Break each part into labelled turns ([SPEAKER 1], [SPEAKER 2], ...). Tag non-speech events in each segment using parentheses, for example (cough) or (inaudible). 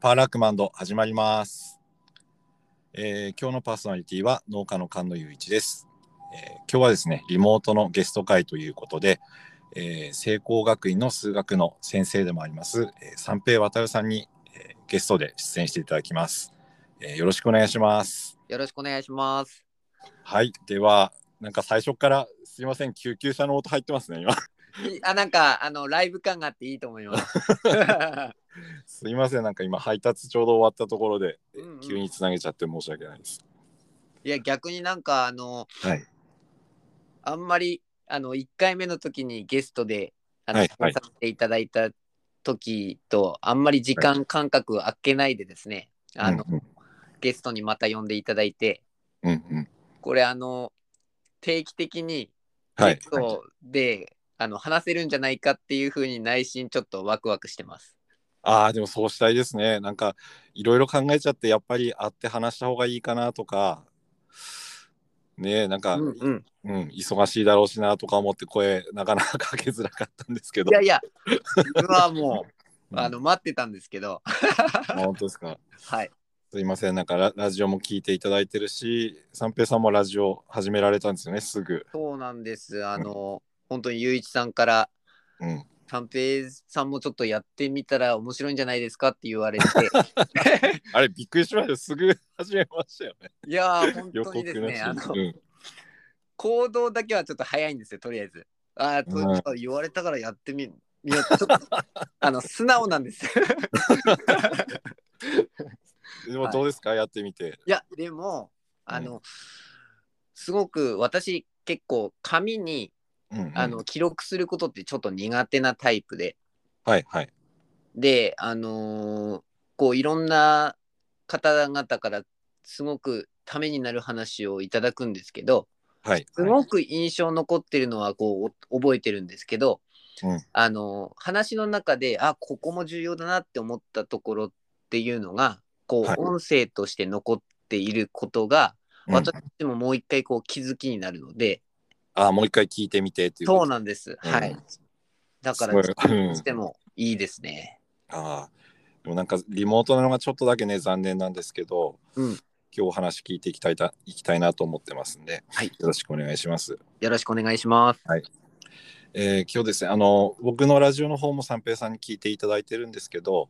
[SPEAKER 1] パーラークマンド始まります、えー今日のパーソナリティは農家の菅野雄一です、えー今日はですねリモートのゲスト会ということで、えー、聖光学院の数学の先生でもあります、えー三平渡さんに、えーゲストで出演していただきます、えーよろしくお願いします
[SPEAKER 2] よろしくお願いします。
[SPEAKER 1] はいではなんか最初からすいません救急車の音入ってますね今 (laughs)
[SPEAKER 2] いあ、なんか、あの、ライブ感があっていいと思い
[SPEAKER 1] (laughs)
[SPEAKER 2] ます。
[SPEAKER 1] すいませんなんか今配達ちょうど終わったところで
[SPEAKER 2] うんうん
[SPEAKER 1] 急につなげちゃって申し訳ないです、
[SPEAKER 2] いや、逆になんか、あの、
[SPEAKER 1] はい
[SPEAKER 2] あんまり、あの、1回目の時にゲストで、あの、
[SPEAKER 1] はい
[SPEAKER 2] 出演させていただいた時と、あんまり時間間隔空けないでですね、あの、
[SPEAKER 1] うんうん
[SPEAKER 2] ゲストにまた呼んでいただいて、
[SPEAKER 1] うんうん
[SPEAKER 2] これ、あの、定期的に、
[SPEAKER 1] は
[SPEAKER 2] ゲ
[SPEAKER 1] い
[SPEAKER 2] ス。トで、あの、話せるんじゃないかっていうふうに内心ちょっとワクワクしてます。
[SPEAKER 1] ああ、でもそうしたいですね。なんか、いろいろ考えちゃって、やっぱり会って話した方がいいかなとか、ねえ、なんか、
[SPEAKER 2] うんうん。
[SPEAKER 1] うん、忙しいだろうしなとか思って声、なかなかかけづらかったんですけど
[SPEAKER 2] いや。いや、自分はも
[SPEAKER 1] (laughs) う
[SPEAKER 2] う、
[SPEAKER 1] ん
[SPEAKER 2] あの、待ってたんですけど、
[SPEAKER 1] あ本当ですか。
[SPEAKER 2] はい。
[SPEAKER 1] すいません。なんかラ、ラジオも聞いていただいてるし、三平さんもラジオ始められたんですよね、すぐ。
[SPEAKER 2] そうなんです。あの、本当にゆういちさんから、
[SPEAKER 1] うん。
[SPEAKER 2] 三平さんもちょっとやってみたら面白いんじゃないですかって言わ
[SPEAKER 1] (laughs)
[SPEAKER 2] れて、
[SPEAKER 1] あれ、びっくりしましたよ。すぐ始めましたよね。
[SPEAKER 2] いやー、本
[SPEAKER 1] 予
[SPEAKER 2] 当にです
[SPEAKER 1] 告なし
[SPEAKER 2] ね、あ
[SPEAKER 1] で
[SPEAKER 2] の
[SPEAKER 1] す。、うん。
[SPEAKER 2] 行動だけはちょっと早いんですよ、とりあえず。あーと
[SPEAKER 1] うん
[SPEAKER 2] あ言われたからやってみ、みようちょっと、
[SPEAKER 1] (laughs)
[SPEAKER 2] あの、素直なんです。
[SPEAKER 1] でも、どうですか、やってみて。
[SPEAKER 2] いや、でも、あの、すごく私、結構紙に
[SPEAKER 1] うん、うん
[SPEAKER 2] あの、記録することってちょっと苦手なタイプで、
[SPEAKER 1] はい、はい。
[SPEAKER 2] で、あのーこういろんな方々からすごくためになる話をいただくんですけど
[SPEAKER 1] はい。
[SPEAKER 2] すごく印象残ってるのはこうお覚えてるんですけど、
[SPEAKER 1] うん
[SPEAKER 2] あのー話の中であここも重要だなって思ったところっていうのがこ
[SPEAKER 1] はいう
[SPEAKER 2] 音声として残っていることが、
[SPEAKER 1] うん
[SPEAKER 2] 私ももう一回こう気づきになるので、
[SPEAKER 1] ああ、もう一回聞いてみてっていうこと
[SPEAKER 2] そうなんです、
[SPEAKER 1] うん
[SPEAKER 2] はいだから
[SPEAKER 1] すごいうん
[SPEAKER 2] してもいいですね、
[SPEAKER 1] ああ、でもなんかリモートなのがちょっとだけね、残念なんですけど、
[SPEAKER 2] うん
[SPEAKER 1] 今日お話聞いていきたいた、いきたいなと思ってますんで、
[SPEAKER 2] はい
[SPEAKER 1] よろしくお願いします。
[SPEAKER 2] よろしくお願いします
[SPEAKER 1] えー今日ですね、あの、僕のラジオの方も三平さんに聞いていただいてるんですけど、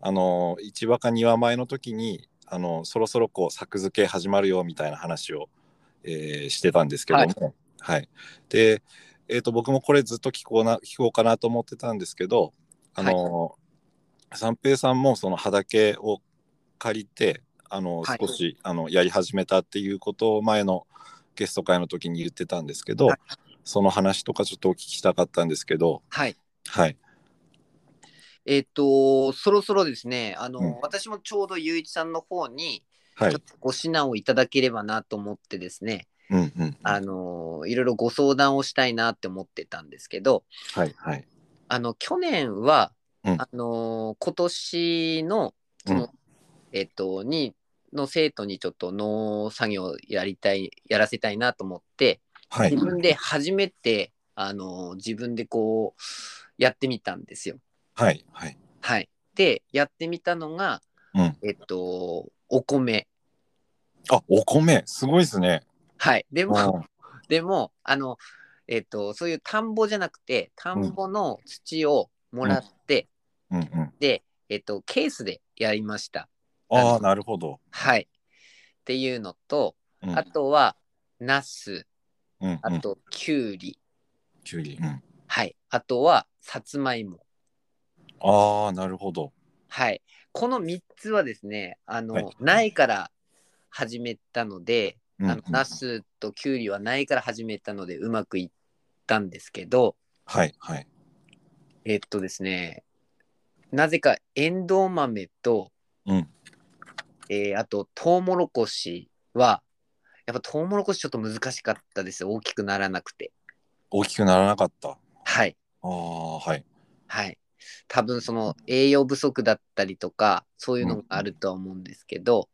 [SPEAKER 1] あの、1話か2話前の時に、あの、そろそろこう、作付け始まるよみたいな話を、えーしてたんですけども、はい。で、えっ、と、僕もこれずっと聞こうな、聞こうかなと思ってたんですけど、あの、三平さんもその畑を借りて、あの、
[SPEAKER 2] はい
[SPEAKER 1] 少し、あの、やり始めたっていうことを前のゲスト会の時に言ってたんですけど、
[SPEAKER 2] はい
[SPEAKER 1] その話とかちょっとお聞きしたかったんですけど、
[SPEAKER 2] はい
[SPEAKER 1] はい。
[SPEAKER 2] えっ、と、そろそろですね、あの、
[SPEAKER 1] うん
[SPEAKER 2] 私もちょうどゆういちさんの方に、
[SPEAKER 1] は
[SPEAKER 2] ち
[SPEAKER 1] い
[SPEAKER 2] ょっ。とご指南をいただければなと思ってですね、
[SPEAKER 1] うんうん。
[SPEAKER 2] あの、いろいろご相談をしたいなって思ってたんですけど、
[SPEAKER 1] はいはい。
[SPEAKER 2] あの、去年は、
[SPEAKER 1] うん
[SPEAKER 2] あの、今年の、その、
[SPEAKER 1] うん
[SPEAKER 2] えっ、と、に、の生徒にちょっと農作業やりたい、やらせたいなと思って、
[SPEAKER 1] はい。
[SPEAKER 2] 自分で初めて、あの、自分でこう、やってみたんですよ。
[SPEAKER 1] はいはい。
[SPEAKER 2] はい。で、やってみたのが、
[SPEAKER 1] うん
[SPEAKER 2] えっと、お米。
[SPEAKER 1] あ、お米、すごいですね。
[SPEAKER 2] はい。で
[SPEAKER 1] うん
[SPEAKER 2] も、でも、あの、えっと、そういう田んぼじゃなくて、田んぼの土をもらって、
[SPEAKER 1] うんうん。
[SPEAKER 2] で、えっと、ケースでやりました。
[SPEAKER 1] ああ、なるほど。
[SPEAKER 2] はい。っていうのと、
[SPEAKER 1] うん
[SPEAKER 2] あとは、ナス、
[SPEAKER 1] うんう
[SPEAKER 2] あ
[SPEAKER 1] ん。
[SPEAKER 2] と、きゅうり、
[SPEAKER 1] きゅうり。うん。
[SPEAKER 2] はい。あとは、さつまいも。
[SPEAKER 1] ああ、なるほど。
[SPEAKER 2] はい。この3つはですね、あの、
[SPEAKER 1] はい
[SPEAKER 2] 苗から始めたので、
[SPEAKER 1] うんう
[SPEAKER 2] あ
[SPEAKER 1] ん
[SPEAKER 2] のナスとキュウリは苗から始めたのでうまくいったんですけど
[SPEAKER 1] はいはい。
[SPEAKER 2] えっとですねなぜかエンドウ豆と、
[SPEAKER 1] うん
[SPEAKER 2] えーあとトウモロコシはやっぱトウモロコシちょっと難しかったです大きくならなくて
[SPEAKER 1] 大きくならなかった。
[SPEAKER 2] はい
[SPEAKER 1] ああ、はい。
[SPEAKER 2] はい多分その栄養不足だったりとかそういうのがあるとは思うんですけど、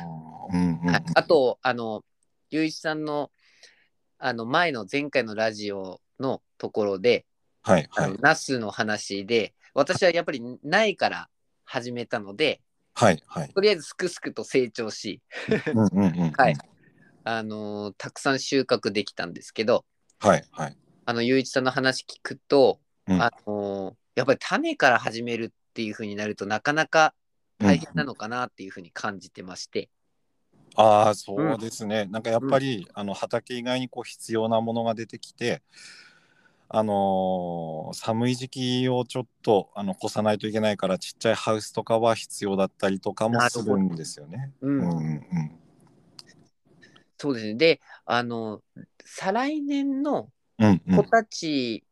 [SPEAKER 1] あーうんうんうん
[SPEAKER 2] はい、あとあのゆういちさんのあの前の前回のラジオのところで、
[SPEAKER 1] はい
[SPEAKER 2] あ
[SPEAKER 1] は
[SPEAKER 2] の
[SPEAKER 1] い。
[SPEAKER 2] ナスの話で私はやっぱり苗から始めたので、
[SPEAKER 1] はいはい。
[SPEAKER 2] とりあえずすくすくと成長し、
[SPEAKER 1] うんうんうんうん
[SPEAKER 2] はい。あのーたくさん収穫できたんですけど、
[SPEAKER 1] はいはい。
[SPEAKER 2] あの、ゆういちさんの話聞くと、
[SPEAKER 1] うん
[SPEAKER 2] あのーやっぱり種から始めるっていう風になるとなかなか大変なのかなっていう風に感じてまして、
[SPEAKER 1] ああそうですね、なんかやっぱり、あの畑以外にこう必要なものが出てきてあのー寒い時期をちょっとあの越さないといけないからちっちゃいハウスとかは必要だったりとかも
[SPEAKER 2] なる
[SPEAKER 1] す
[SPEAKER 2] ほど
[SPEAKER 1] るんですよね。
[SPEAKER 2] うん
[SPEAKER 1] うんうん
[SPEAKER 2] そうですね。で、あの再来年の
[SPEAKER 1] うんうんう
[SPEAKER 2] 子
[SPEAKER 1] ん
[SPEAKER 2] たち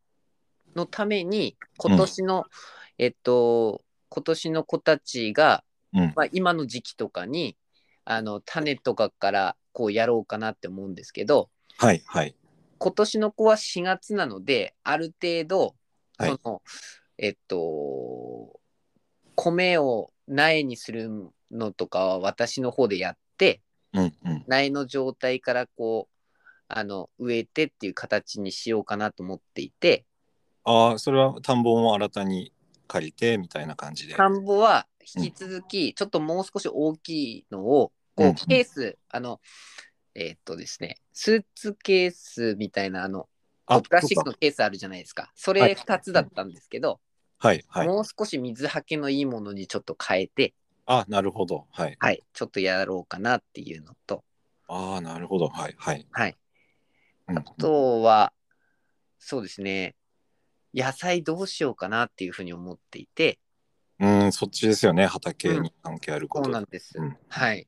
[SPEAKER 2] のために、今年の、えっと、今年の子たちが、
[SPEAKER 1] うん
[SPEAKER 2] まあ、今の時期とかに、あの、種とかからこうやろうかなって思うんですけど、
[SPEAKER 1] はいはい
[SPEAKER 2] 今年の子は4月なので、ある程度、
[SPEAKER 1] はい
[SPEAKER 2] その、えっと、米を苗にするのとかは私の方でやって、
[SPEAKER 1] うんうん
[SPEAKER 2] 苗の状態からこう、あの、植えてっていう形にしようかなと思っていて、
[SPEAKER 1] ああそれは田んぼも新たに借りてみたいな感じで。
[SPEAKER 2] 田んぼは引き続き、ちょっともう少し大きいのを、
[SPEAKER 1] うん
[SPEAKER 2] こ
[SPEAKER 1] うん
[SPEAKER 2] う、ケース、あの、えーっとですね、スーツケースみたいな、あの、
[SPEAKER 1] あ
[SPEAKER 2] プラスチック
[SPEAKER 1] そ
[SPEAKER 2] のケースあるじゃないですか。そ
[SPEAKER 1] はい
[SPEAKER 2] れ2つだったんですけど、
[SPEAKER 1] うかはいはい。
[SPEAKER 2] もう少し水はけのいいものにちょっと変えて、
[SPEAKER 1] あなるほどはい。
[SPEAKER 2] はい、ちょっとやろうかなっていうのと、
[SPEAKER 1] ああなるほどはいはい。
[SPEAKER 2] はい。
[SPEAKER 1] うんう
[SPEAKER 2] あ
[SPEAKER 1] ん
[SPEAKER 2] とは、そうですね、野菜どうしようかなっていうふうに思っていて、
[SPEAKER 1] うんそっちですよね畑に関係あるこ
[SPEAKER 2] そう
[SPEAKER 1] と。
[SPEAKER 2] なんです。
[SPEAKER 1] うん
[SPEAKER 2] はい。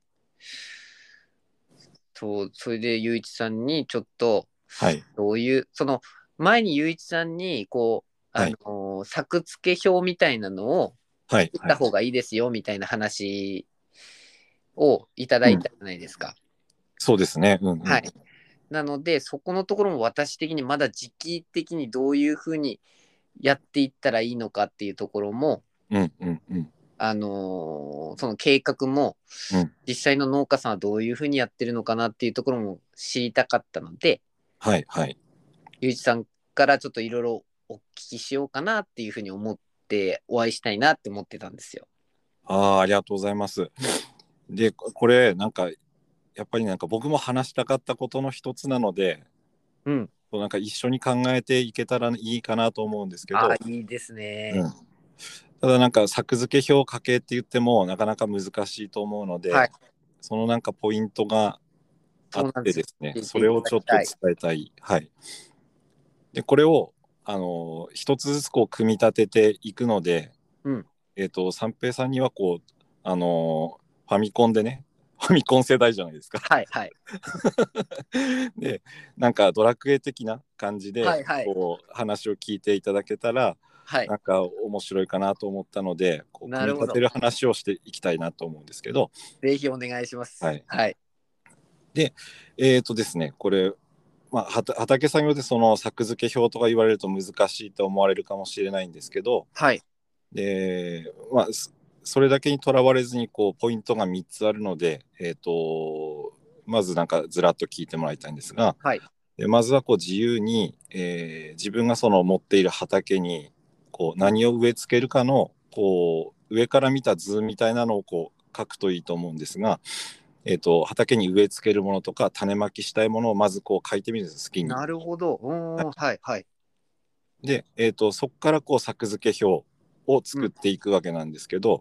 [SPEAKER 2] そう、それで、ゆういちさんに、ちょっと、
[SPEAKER 1] はい。
[SPEAKER 2] どういう、その、前にゆういちさんに、こう、あのー作付け表みたいなのを
[SPEAKER 1] はい。
[SPEAKER 2] 作った方がいいですよ、みたいな話をいただいたじゃないですか。
[SPEAKER 1] そうですね。うん、うん。
[SPEAKER 2] はい。なので、そこのところも私的にまだ時期的にどういうふうにやっていったらいいのかっていうところも、
[SPEAKER 1] うんうんうん。
[SPEAKER 2] あのーその計画も、
[SPEAKER 1] うん
[SPEAKER 2] 実際の農家さんはどういうふうにやってるのかなっていうところも知りたかったので、
[SPEAKER 1] はいはい。
[SPEAKER 2] ゆういちさんからちょっといろいろお聞きしようかなっていうふうに思って、お会いしたいなって思ってたんですよ。
[SPEAKER 1] ああ、ありがとうございます。で、ここれ、なんか、やっぱりなんか僕も話したかったことの一つなので、
[SPEAKER 2] うん。
[SPEAKER 1] そうなんか一緒に考えていけたらいいかなと思うんですけど、
[SPEAKER 2] ああ、いいですね。
[SPEAKER 1] うんただなんか作付け表を書けって言ってもなかなか難しいと思うので、
[SPEAKER 2] はい
[SPEAKER 1] そのなんかポイントがあ
[SPEAKER 2] そうな
[SPEAKER 1] っ
[SPEAKER 2] ん
[SPEAKER 1] て
[SPEAKER 2] です
[SPEAKER 1] ですね
[SPEAKER 2] よ聞いていただきたい
[SPEAKER 1] それをちょっと伝えたい。はい、でこれをあの一つずつこう組み立てていくので、
[SPEAKER 2] うん
[SPEAKER 1] えっ、と三平さんにはこうあのファミコンでね (laughs) ファミコン世代じゃないですか。
[SPEAKER 2] はいはい。
[SPEAKER 1] でなんかドラクエ的な感じで、
[SPEAKER 2] はいはい
[SPEAKER 1] こう話を聞いていただけたら
[SPEAKER 2] はい
[SPEAKER 1] な。んか面白いかなと思ったので、こう
[SPEAKER 2] な
[SPEAKER 1] 組み
[SPEAKER 2] るほ
[SPEAKER 1] 立
[SPEAKER 2] ど
[SPEAKER 1] てる話をしていきたいなと思うんですけど、
[SPEAKER 2] ぜひお願いします。
[SPEAKER 1] はい
[SPEAKER 2] はい。
[SPEAKER 1] えーとですね、これ、まあ、はた畑作業でその作付け表とか言われると難しいと思われるかもしれないんですけど、
[SPEAKER 2] はい。
[SPEAKER 1] で、まあ、そそれだけにとらわれずにこうポイントが3つあるので、えー、とまずなんかずらっと聞いてもらいたいんですが、
[SPEAKER 2] はい
[SPEAKER 1] でまずはこう自由に、えー自分がその持っている畑にこう何を植え付けるかのこう上から見た図みたいなのをこう書くといいと思うんですが、えー、と畑に植え付けるものとか種まきしたいものをまずこう書いてみるんです好きに。
[SPEAKER 2] なるほど。うーん。はいはい。
[SPEAKER 1] で、えー、とそこからこう作付け表を作っていくわけなんですけど、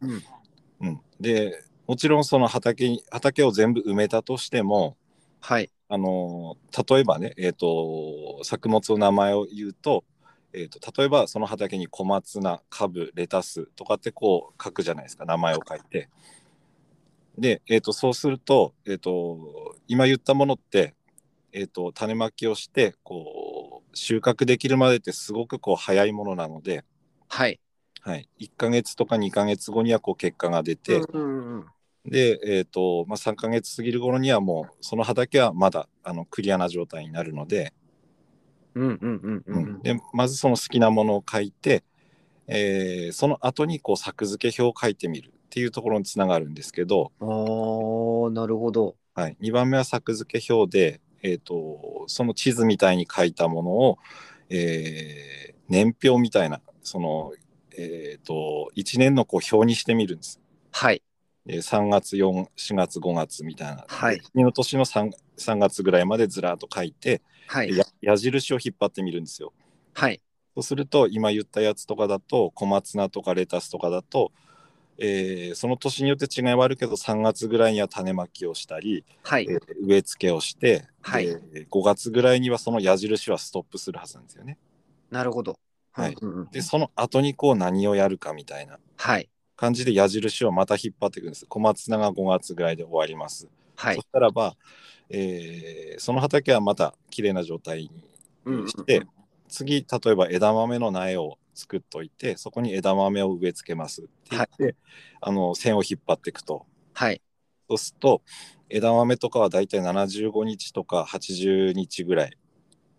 [SPEAKER 2] うん
[SPEAKER 1] うんでもちろんその畑に畑を全部埋めたとしても、
[SPEAKER 2] はい。
[SPEAKER 1] あのー例えばね、えー、と作物の名前を言うと,、えー、と例えばその畑に小松菜カブレタスとかってこう書くじゃないですか名前を書いて。で、えー、とそうすると,、えー、と今言ったものって、えー、と種まきをしてこう収穫できるまでってすごくこう早いものなので、
[SPEAKER 2] はい。
[SPEAKER 1] はい、1ヶ月とか2ヶ月後にはこう結果が出て、
[SPEAKER 2] うんうんうん。
[SPEAKER 1] で、えーとまあ、3ヶ月過ぎる頃にはもうその畑はまだあのクリアな状態になるので,、
[SPEAKER 2] うんうんうんうんうん。
[SPEAKER 1] でまずその好きなものを書いて、えーその後にこう作付け表を書いてみるっていうところにつながるんですけど、
[SPEAKER 2] ああ、なるほど。
[SPEAKER 1] はい、2番目は作付け表で、えー、とその地図みたいに書いたものを、えー年表みたいなその、えー、と1年のこう表にしてみるんです。
[SPEAKER 2] はい。
[SPEAKER 1] えー3月4、4月、5月みたいな、
[SPEAKER 2] はい
[SPEAKER 1] 次の年の 3, 3月ぐらいまでずらっと書いて、
[SPEAKER 2] はい。
[SPEAKER 1] や矢印を引っ張ってみるんですよ。
[SPEAKER 2] はい。
[SPEAKER 1] そうすると今言ったやつとかだと小松菜とかレタスとかだと、えーその年によって違いはあるけど3月ぐらいには種まきをしたり、
[SPEAKER 2] はい
[SPEAKER 1] え。ー植え付けをして、
[SPEAKER 2] はい
[SPEAKER 1] で5月ぐらいにはその矢印はストップするはずなんですよね。
[SPEAKER 2] なるほど。
[SPEAKER 1] はい
[SPEAKER 2] うんうんうん
[SPEAKER 1] でその後にこう何をやるかみたいな
[SPEAKER 2] はい。
[SPEAKER 1] 感じで矢印をまた引っ張っていくんです。小松菜が5月ぐらいで終わります。
[SPEAKER 2] はい
[SPEAKER 1] そし。たらば、えーその畑はまた綺麗な状態に
[SPEAKER 2] うんうんうん
[SPEAKER 1] して、次例えば枝豆の苗を作っといてそこに枝豆を植え付けますって言って、あの線を引っ張っていくと
[SPEAKER 2] はい。
[SPEAKER 1] そうすると枝豆とかはだいたい75日とか80日ぐらい、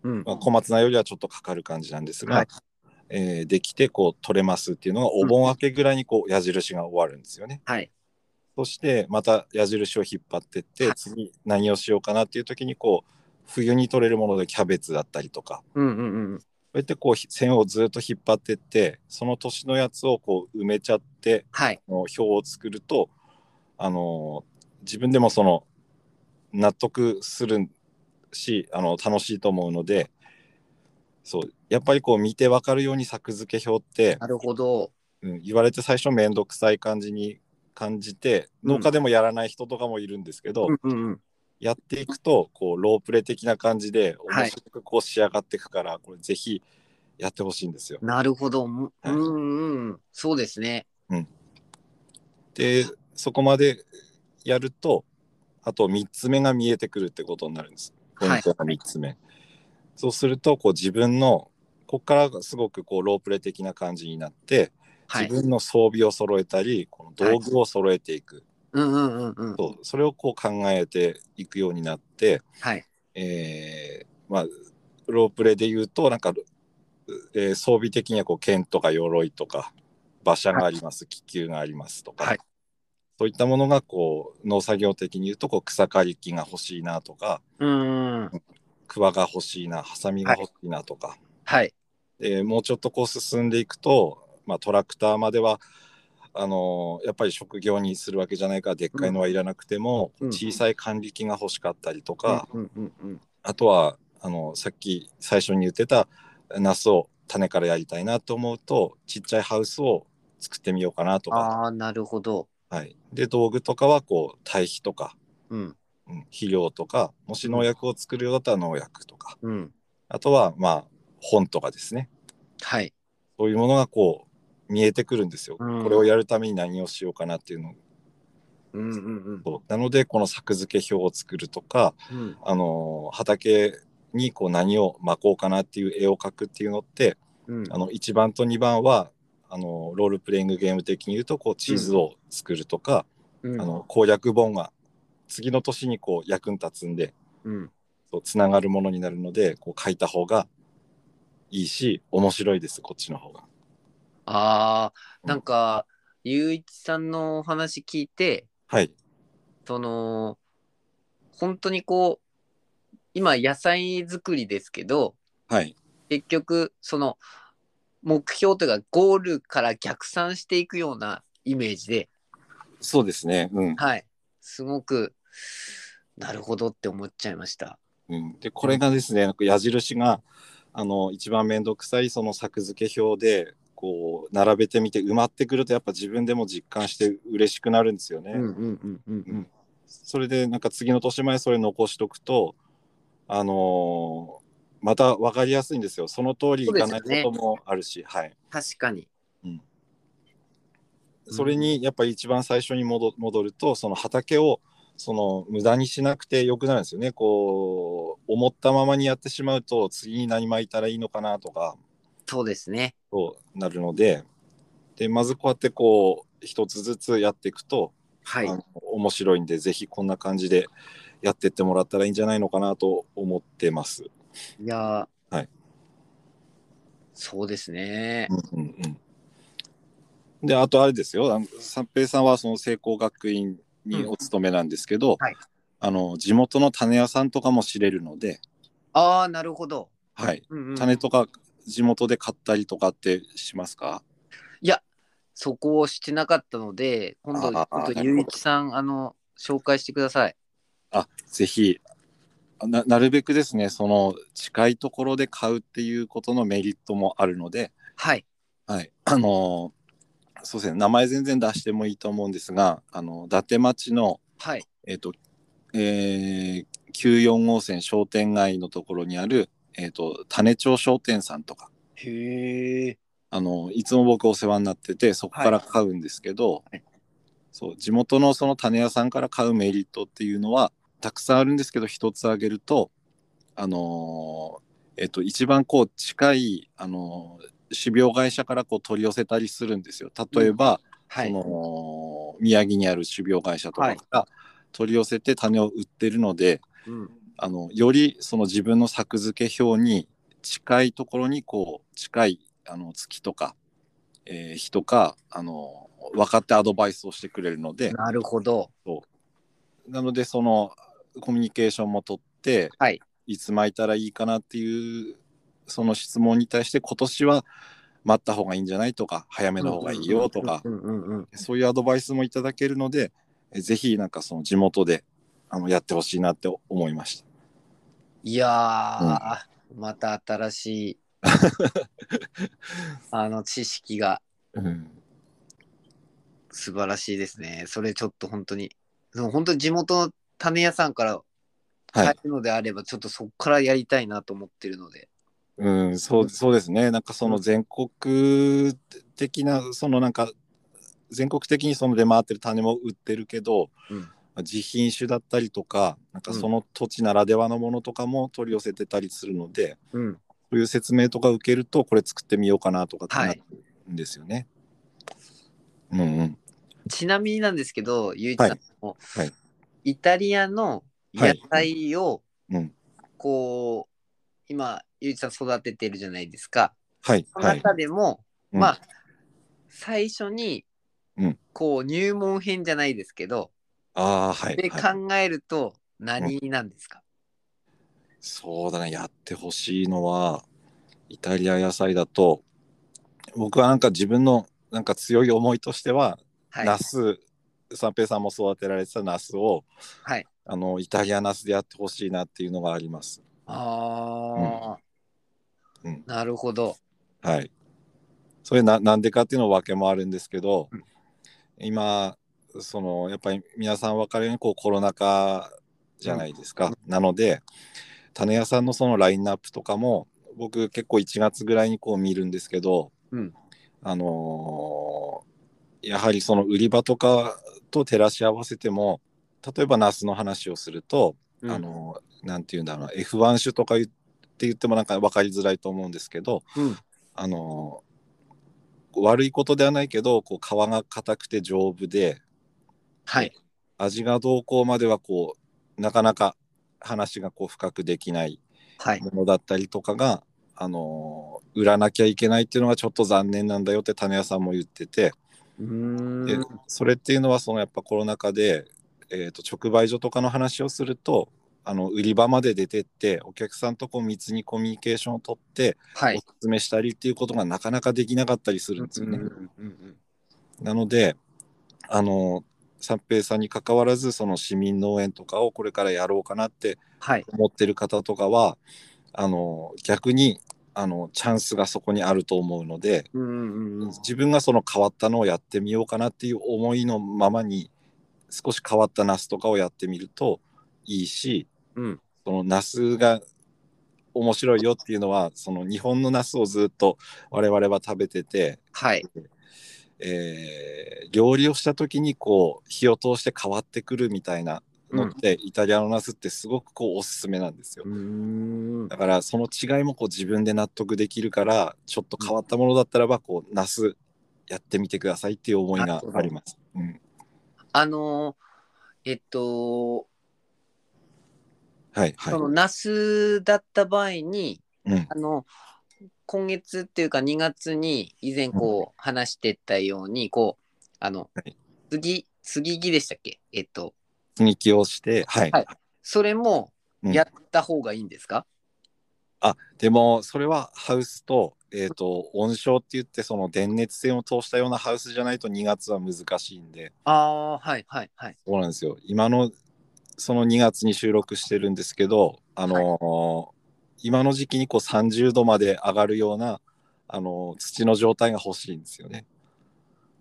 [SPEAKER 2] うん
[SPEAKER 1] まあ、小松菜よりはちょっとかかる感じなんですが、
[SPEAKER 2] はい
[SPEAKER 1] えーできてこう取れますっていうのがお盆明けぐらいにこう矢印が終わるんですよね。
[SPEAKER 2] はい。
[SPEAKER 1] そしてまた矢印を引っ張ってって、
[SPEAKER 2] はい
[SPEAKER 1] 次何をしようかなっていう時にこう冬に取れるものでキャベツだったりとか
[SPEAKER 2] うんうんうん。
[SPEAKER 1] そうやってこうひ線をずっと引っ張ってってその年のやつをこう埋めちゃって
[SPEAKER 2] はい。
[SPEAKER 1] あの表を作ると、あのー自分でもその納得するしあの楽しいと思うのでそうやっぱりこう見てわかるように作付け表って
[SPEAKER 2] な、るほど。
[SPEAKER 1] うん、言われて最初面倒くさい感じに感じて
[SPEAKER 2] うん
[SPEAKER 1] 農家でもやらない人とかもいるんですけど、
[SPEAKER 2] うんうんうん。
[SPEAKER 1] やっていくとこうロープレ的な感じで
[SPEAKER 2] はい
[SPEAKER 1] 面白くこう仕上がっていくから、これぜひやってほしいんですよ。
[SPEAKER 2] なるほど。うん
[SPEAKER 1] はい
[SPEAKER 2] うんうん。そうですね。
[SPEAKER 1] でそこまでやるとあと3つ目が見えてくるってことになるんですポイントが3つ目、そうするとこう自分のここからがすごくこうロープレ的な感じになって、
[SPEAKER 2] はい。
[SPEAKER 1] 自分の装備を揃えたりこの道具を揃えていく、
[SPEAKER 2] うんうんうんうん。
[SPEAKER 1] そうそれをこう考えていくようになって、
[SPEAKER 2] はい。
[SPEAKER 1] えーまあロープレで言うとなんか、えー装備的にはこう剣とか鎧とか馬車があります、気球がありますとか、
[SPEAKER 2] はい
[SPEAKER 1] そういったものがこう農作業的に言うとこう草刈り機が欲しいなとか
[SPEAKER 2] うんうんうん。
[SPEAKER 1] クワが欲しいなハサミが欲しいなとか、
[SPEAKER 2] はい。
[SPEAKER 1] でもうちょっとこう進んでいくと、まあ、トラクターまではあのーやっぱり職業にするわけじゃないからでっかいのはいらなくても、
[SPEAKER 2] うん
[SPEAKER 1] 小さい管理機が欲しかったりとか、
[SPEAKER 2] うんうんうん。
[SPEAKER 1] あとはあのさっき最初に言ってたナスを種からやりたいなと思うとちっちゃいハウスを作ってみようかなとか、
[SPEAKER 2] ああ、なるほど。
[SPEAKER 1] はい、で道具とかはこう堆肥とか、
[SPEAKER 2] うん
[SPEAKER 1] うん、肥料とかもし農薬を作るようだったら農薬とか
[SPEAKER 2] うん。
[SPEAKER 1] あとはまあ本とかですね
[SPEAKER 2] はい。
[SPEAKER 1] そういうものがこう見えてくるんですよ、
[SPEAKER 2] うん
[SPEAKER 1] これをやるために何をしようかなっていうの
[SPEAKER 2] うんうんうん
[SPEAKER 1] となのでこの作付け表を作るとか、
[SPEAKER 2] うん。
[SPEAKER 1] あの畑にこう何をまこうかなっていう絵を描くっていうのって
[SPEAKER 2] うん
[SPEAKER 1] あの1番と2番はあのロールプレイングゲーム的に言うとこう地図を作るとか、
[SPEAKER 2] うん
[SPEAKER 1] あの攻略本が次の年にこう役に立つんで
[SPEAKER 2] うん。
[SPEAKER 1] そうつながるものになるのでこう書いた方がいいし面白いですこっちの方が。
[SPEAKER 2] あ
[SPEAKER 1] う
[SPEAKER 2] あ、
[SPEAKER 1] ん
[SPEAKER 2] なんか、ゆういちさんのお話聞いて、
[SPEAKER 1] はい、
[SPEAKER 2] その、本当にこう、今、野菜作りですけど、
[SPEAKER 1] はい、
[SPEAKER 2] 結局、その、目標というか、ゴールから逆算していくようなイメージで、
[SPEAKER 1] そうですね、うん
[SPEAKER 2] はい。すごく、なるほどって思っちゃいました。
[SPEAKER 1] うん、でこれがですねなんか矢印があの一番面倒くさいその作付け表でこう並べてみて埋まってくるとやっぱ自分でも実感して嬉しくなるんですよね。
[SPEAKER 2] うんうんうんうんうん。
[SPEAKER 1] それでなんか次の年前それ残しとくとあのーまた分かりやすいんですよその通りいかないこともあるし、はい
[SPEAKER 2] 確かに。うん
[SPEAKER 1] それにやっぱり一番最初に戻戻るとその畑をその無駄にしなくてよくなるんですよねこう思ったままにやってしまうと次に何巻いたらいいのかなとか
[SPEAKER 2] そうですね。
[SPEAKER 1] そうなるのででまずこうやってこう一つずつやっていくと、
[SPEAKER 2] はい
[SPEAKER 1] あ。の面白いんでぜひこんな感じでやってってもらったらいいんじゃないのかなと思ってます。
[SPEAKER 2] いやー
[SPEAKER 1] はい
[SPEAKER 2] そうですね。
[SPEAKER 1] うんうんうん、であとあれですよあの三平さんはその聖光学院にお勤めなんですけど、
[SPEAKER 2] はい
[SPEAKER 1] あの地元の種屋さんとかも知れるので、
[SPEAKER 2] ああ、なるほど。
[SPEAKER 1] はい、
[SPEAKER 2] うんうん、
[SPEAKER 1] 種とか地元で買ったりとかってしますか、
[SPEAKER 2] いや、そこをしてなかったので、今度、
[SPEAKER 1] あー
[SPEAKER 2] ちょっと
[SPEAKER 1] なる
[SPEAKER 2] ゆう
[SPEAKER 1] ほど
[SPEAKER 2] いちさん、あの、紹介してください。
[SPEAKER 1] あぜひななるべくですねその近いところで買うっていうことのメリットもあるので、
[SPEAKER 2] はい。
[SPEAKER 1] はい、あのそうですね名前全然出してもいいと思うんですがあの伊達町の、
[SPEAKER 2] はい。
[SPEAKER 1] えっとえー94号線商店街のところにある、えっと種町商店さんとか
[SPEAKER 2] へえ。
[SPEAKER 1] あのいつも僕お世話になっててそこから買うんですけど、
[SPEAKER 2] はい
[SPEAKER 1] そう地元のその種屋さんから買うメリットっていうのはたくさんあるんですけど一つ挙げるとあのーえっと一番こう近い、あのー種苗会社からこう取り寄せたりするんですよ。例えば、
[SPEAKER 2] はい。
[SPEAKER 1] その宮城にある種苗会社とかから取り寄せて種を売ってるので、
[SPEAKER 2] うん、
[SPEAKER 1] あのよりその自分の作付け表に近いところにこう近いあの月とか、えー日とかあの分かってアドバイスをしてくれるので
[SPEAKER 2] なるほど。
[SPEAKER 1] なのでそのコミュニケーションも取って、
[SPEAKER 2] はい、
[SPEAKER 1] つ巻いたらいいかなっていうその質問に対して今年は待った方がいいんじゃないとか早めの方がいいよとか、
[SPEAKER 2] うんうんうん。
[SPEAKER 1] そういうアドバイスもいただけるのでえぜひなんかその地元であのやってほしいなって思いました。
[SPEAKER 2] いやー、また新し
[SPEAKER 1] (laughs)
[SPEAKER 2] い、あの、知識が
[SPEAKER 1] うん
[SPEAKER 2] 素晴らしいですね。それちょっと本当に、その本当に地元の種屋さんから
[SPEAKER 1] はい
[SPEAKER 2] 買えるのであれば、ちょっとそこからやりたいなと思ってるので。
[SPEAKER 1] うん、そうそうですね、なんかそうの
[SPEAKER 2] ん
[SPEAKER 1] 全国的な、そのなんか、全国的にその出回ってる種も売ってるけど、
[SPEAKER 2] うん
[SPEAKER 1] 自品種だったりとか、なんかその土地ならではのものとかも取り寄せてたりするので、
[SPEAKER 2] うん。
[SPEAKER 1] そういう説明とか受けると、これ作ってみようかなとかって
[SPEAKER 2] はい
[SPEAKER 1] なるんですよね。うんうん。
[SPEAKER 2] ちなみになんですけど、ゆういちさんも、
[SPEAKER 1] はい
[SPEAKER 2] イタリアの野菜を、
[SPEAKER 1] はいうん
[SPEAKER 2] こう、今、ゆういちさん育ててるじゃないですか。
[SPEAKER 1] はい、
[SPEAKER 2] その
[SPEAKER 1] はい。
[SPEAKER 2] 中でも、
[SPEAKER 1] うん
[SPEAKER 2] まあ、最初に、
[SPEAKER 1] うん
[SPEAKER 2] こう、入門編じゃないですけど、
[SPEAKER 1] ああ、はい、
[SPEAKER 2] で
[SPEAKER 1] はい。
[SPEAKER 2] 考えると何なんですか、
[SPEAKER 1] そうだね、やってほしいのは、イタリア野菜だと、僕はなんか自分のなんか強い思いとしては、
[SPEAKER 2] はい。
[SPEAKER 1] ナス三平さんも育てられてたナスを、
[SPEAKER 2] はい
[SPEAKER 1] あのイタリアナスでやってほしいなっていうのがあります。
[SPEAKER 2] ああ、
[SPEAKER 1] うんうん
[SPEAKER 2] なるほど。
[SPEAKER 1] はい、それななんでかっていうのは訳もあるんですけど、
[SPEAKER 2] うん
[SPEAKER 1] 今そのやっぱり皆さん分かるようにこうコロナ禍じゃないですか、なので種屋さんのそのラインナップとかも僕結構1月ぐらいにこう見るんですけど、
[SPEAKER 2] うん
[SPEAKER 1] あのーやはりその売り場とかと照らし合わせても例えばナスの話をすると、
[SPEAKER 2] うん
[SPEAKER 1] あ、のーなんていうんだろうな F1 種とか言って言ってもなんか分かりづらいと思うんですけど、
[SPEAKER 2] うん、
[SPEAKER 1] あの悪いことではないけどこう皮が硬くて丈夫で
[SPEAKER 2] はい。
[SPEAKER 1] 味がどうこうまではこうなかなか話がこう深くできない
[SPEAKER 2] はい。
[SPEAKER 1] ものだったりとかが、あの売らなきゃいけないっていうのがちょっと残念なんだよって種屋さんも言ってて、
[SPEAKER 2] うー
[SPEAKER 1] で
[SPEAKER 2] ん。
[SPEAKER 1] それっていうのはそのやっぱコロナ禍で、えー、と直売所とかの話をするとあの売り場まで出てってお客さんとこう密にコミュニケーションを取って
[SPEAKER 2] は
[SPEAKER 1] お
[SPEAKER 2] い
[SPEAKER 1] す。すめしたりっていうことがなかなかできなかったりするんですよね。
[SPEAKER 2] うんうんうん
[SPEAKER 1] なのであの三平さんに関わらずその市民農園とかをこれからやろうかなって
[SPEAKER 2] はい。
[SPEAKER 1] 思ってる方とかはあの逆にあのチャンスがそこにあると思うので
[SPEAKER 2] うんうんうん。
[SPEAKER 1] 自分がその変わったのをやってみようかなっていう思いのままに少し変わったナスとかをやってみるといいし
[SPEAKER 2] うん。
[SPEAKER 1] そのナスが面白いよっていうのはその日本のナスをずっと我々は食べてて
[SPEAKER 2] はい。
[SPEAKER 1] えー料理をした時にこう火を通して変わってくるみたいなのって、イタリアのナスってすごくこうおすすめなんですよ
[SPEAKER 2] うーん。
[SPEAKER 1] だからその違いもこう自分で納得できるからちょっと変わったものだったらばこうナスやってみてくださいっていう思いがあります、うん、
[SPEAKER 2] あのー、えっと、
[SPEAKER 1] はいはい
[SPEAKER 2] そのナスだった場合に、
[SPEAKER 1] うん
[SPEAKER 2] あの、今月っていうか2月に以前こう話してたように、こう、あの
[SPEAKER 1] はい、
[SPEAKER 2] 次、次木でしたっけえっと、
[SPEAKER 1] 積み木をしてはい、
[SPEAKER 2] はいそれも
[SPEAKER 1] うん
[SPEAKER 2] やった方がいいんですか、
[SPEAKER 1] あでもそれはハウスと,、えー、と温床って言ってその電熱線を通したようなハウスじゃないと2月は難しいんで
[SPEAKER 2] ああー、はいはいはい。
[SPEAKER 1] そうなんですよ今のその2月に収録してるんですけどあのー今の時期にこう30度まで上がるようなあのー土の状態が欲しいんですよね。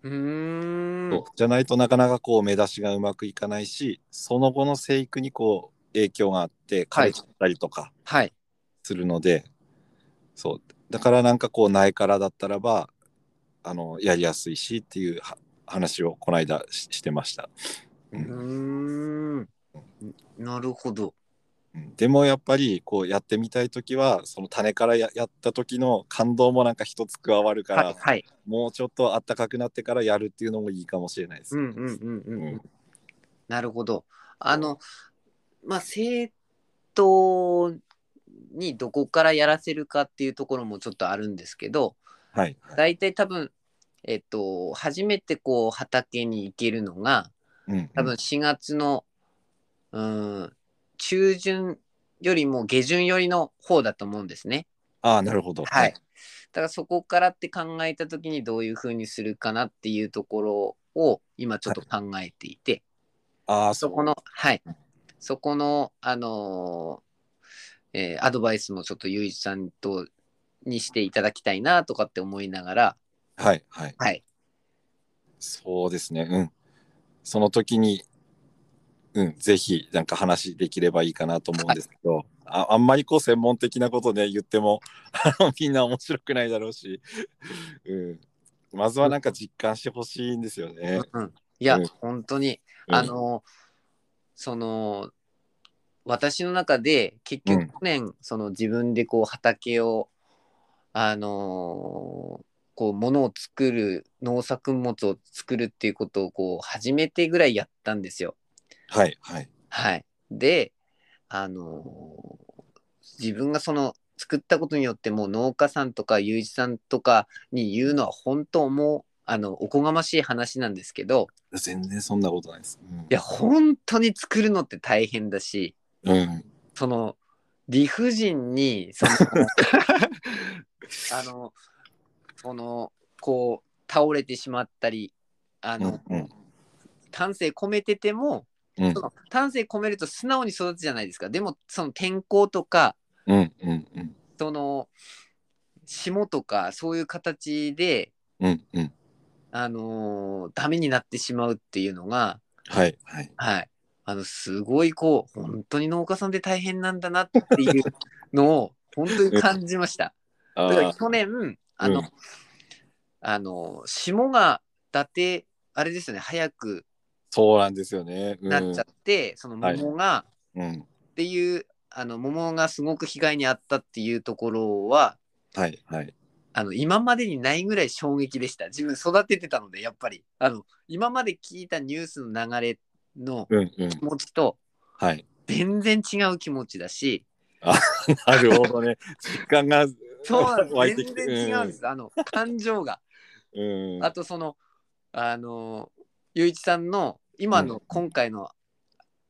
[SPEAKER 2] うー
[SPEAKER 1] そ
[SPEAKER 2] ん
[SPEAKER 1] う。じゃないとなかなかこう目出しがうまくいかないしその後の生育にこう影響があって枯れちゃったりとか
[SPEAKER 2] はい。
[SPEAKER 1] するので、そうだからなんかこう苗からだったらばあのやりやすいしっていうは話をこの間ししてました。う
[SPEAKER 2] うんーん。なるほど。
[SPEAKER 1] うんでもやっぱりこうやってみたい時はその種からややった時の感動もなんか一つ加わるから、
[SPEAKER 2] はいはい。
[SPEAKER 1] もうちょっとあったかくなってからやるっていうのもいいかもしれないです
[SPEAKER 2] う
[SPEAKER 1] ね。
[SPEAKER 2] んうんうんうん
[SPEAKER 1] う
[SPEAKER 2] うんん。なるほど。あの、まあ、生徒にどこからやらせるかっていうところもちょっとあるんですけど、
[SPEAKER 1] はい、
[SPEAKER 2] 大体多分、えっと、初めてこう畑に行けるのが、
[SPEAKER 1] うん
[SPEAKER 2] 多分4月の、うーん、中旬よりも下旬よりの方だと思うんですね。
[SPEAKER 1] ああなるほど。
[SPEAKER 2] はい。だからそこからって考えた時にどういうふうにするかなっていうところを今ちょっと考えていて、
[SPEAKER 1] ああそ
[SPEAKER 2] そこ
[SPEAKER 1] こ
[SPEAKER 2] の、はい。そこの、あのーえーアドバイスもちょっとゆういちさんとにしていただきたいなとかって思いながら、
[SPEAKER 1] はいはい
[SPEAKER 2] はい。
[SPEAKER 1] そうですねうんその時にうんぜひなんか話できればいいかなと思うんですけど、ああんまりこう専門的なことで言っても (laughs) あのみんな面白くないだろうし、 (laughs) うん、まずはなんか実感してほしいんですよね。
[SPEAKER 2] うん、いや、
[SPEAKER 1] うん
[SPEAKER 2] 本当に、
[SPEAKER 1] うん
[SPEAKER 2] あのーその、私の中で結
[SPEAKER 1] うん
[SPEAKER 2] 局去年、その自分でこう畑を、あのーこう物を作る農作物を作るっていうことをこう初めてぐらいやったんですよ。
[SPEAKER 1] はいはい
[SPEAKER 2] はい。で、あのー自分がその作ったことによってもう農家さんとか有一さんとかに言うのは本当もうあのおこがましい話なんですけど
[SPEAKER 1] 全然そんなことないです。うん
[SPEAKER 2] いや本当に作るのって大変だし
[SPEAKER 1] うん、
[SPEAKER 2] その理不尽にその
[SPEAKER 1] (laughs)
[SPEAKER 2] あのそのこう倒れてしまったりあ
[SPEAKER 1] う
[SPEAKER 2] の、
[SPEAKER 1] んうん
[SPEAKER 2] 丹精込めてても
[SPEAKER 1] うん
[SPEAKER 2] その丹精込めると素直に育つじゃないですか。でもその天候とか
[SPEAKER 1] うんうんうん
[SPEAKER 2] その霜とかそういう形で、
[SPEAKER 1] うんうん
[SPEAKER 2] あのーダメになってしまうっていうのが、
[SPEAKER 1] はいはい
[SPEAKER 2] はい、あのすごいこう本当に農家さんって大変なんだなっていう
[SPEAKER 1] (laughs)
[SPEAKER 2] のを本当に感じました。
[SPEAKER 1] あ
[SPEAKER 2] だから
[SPEAKER 1] ー
[SPEAKER 2] 去年あの、
[SPEAKER 1] うん
[SPEAKER 2] あの霜がだてあれですよね早く
[SPEAKER 1] そうなんですよね。うん
[SPEAKER 2] なっちゃって、その
[SPEAKER 1] はい
[SPEAKER 2] 桃が、
[SPEAKER 1] うん
[SPEAKER 2] っていうあの桃がすごく被害に遭ったっていうところは
[SPEAKER 1] はいはい
[SPEAKER 2] あの今までにないぐらい衝撃でした自分育ててたのでやっぱりあの今まで聞いたニュースの流れの
[SPEAKER 1] うんうん
[SPEAKER 2] 気持ちと
[SPEAKER 1] はい
[SPEAKER 2] 全然違う気持ちだし
[SPEAKER 1] なるほど
[SPEAKER 2] (laughs)
[SPEAKER 1] ね。実感が
[SPEAKER 2] そうなん
[SPEAKER 1] 湧い
[SPEAKER 2] で
[SPEAKER 1] て
[SPEAKER 2] す
[SPEAKER 1] き
[SPEAKER 2] 全
[SPEAKER 1] て
[SPEAKER 2] 然違うんです、あの感情が
[SPEAKER 1] うんうん
[SPEAKER 2] あとそのあのゆういちさんの今
[SPEAKER 1] う
[SPEAKER 2] の、
[SPEAKER 1] ん
[SPEAKER 2] 今回の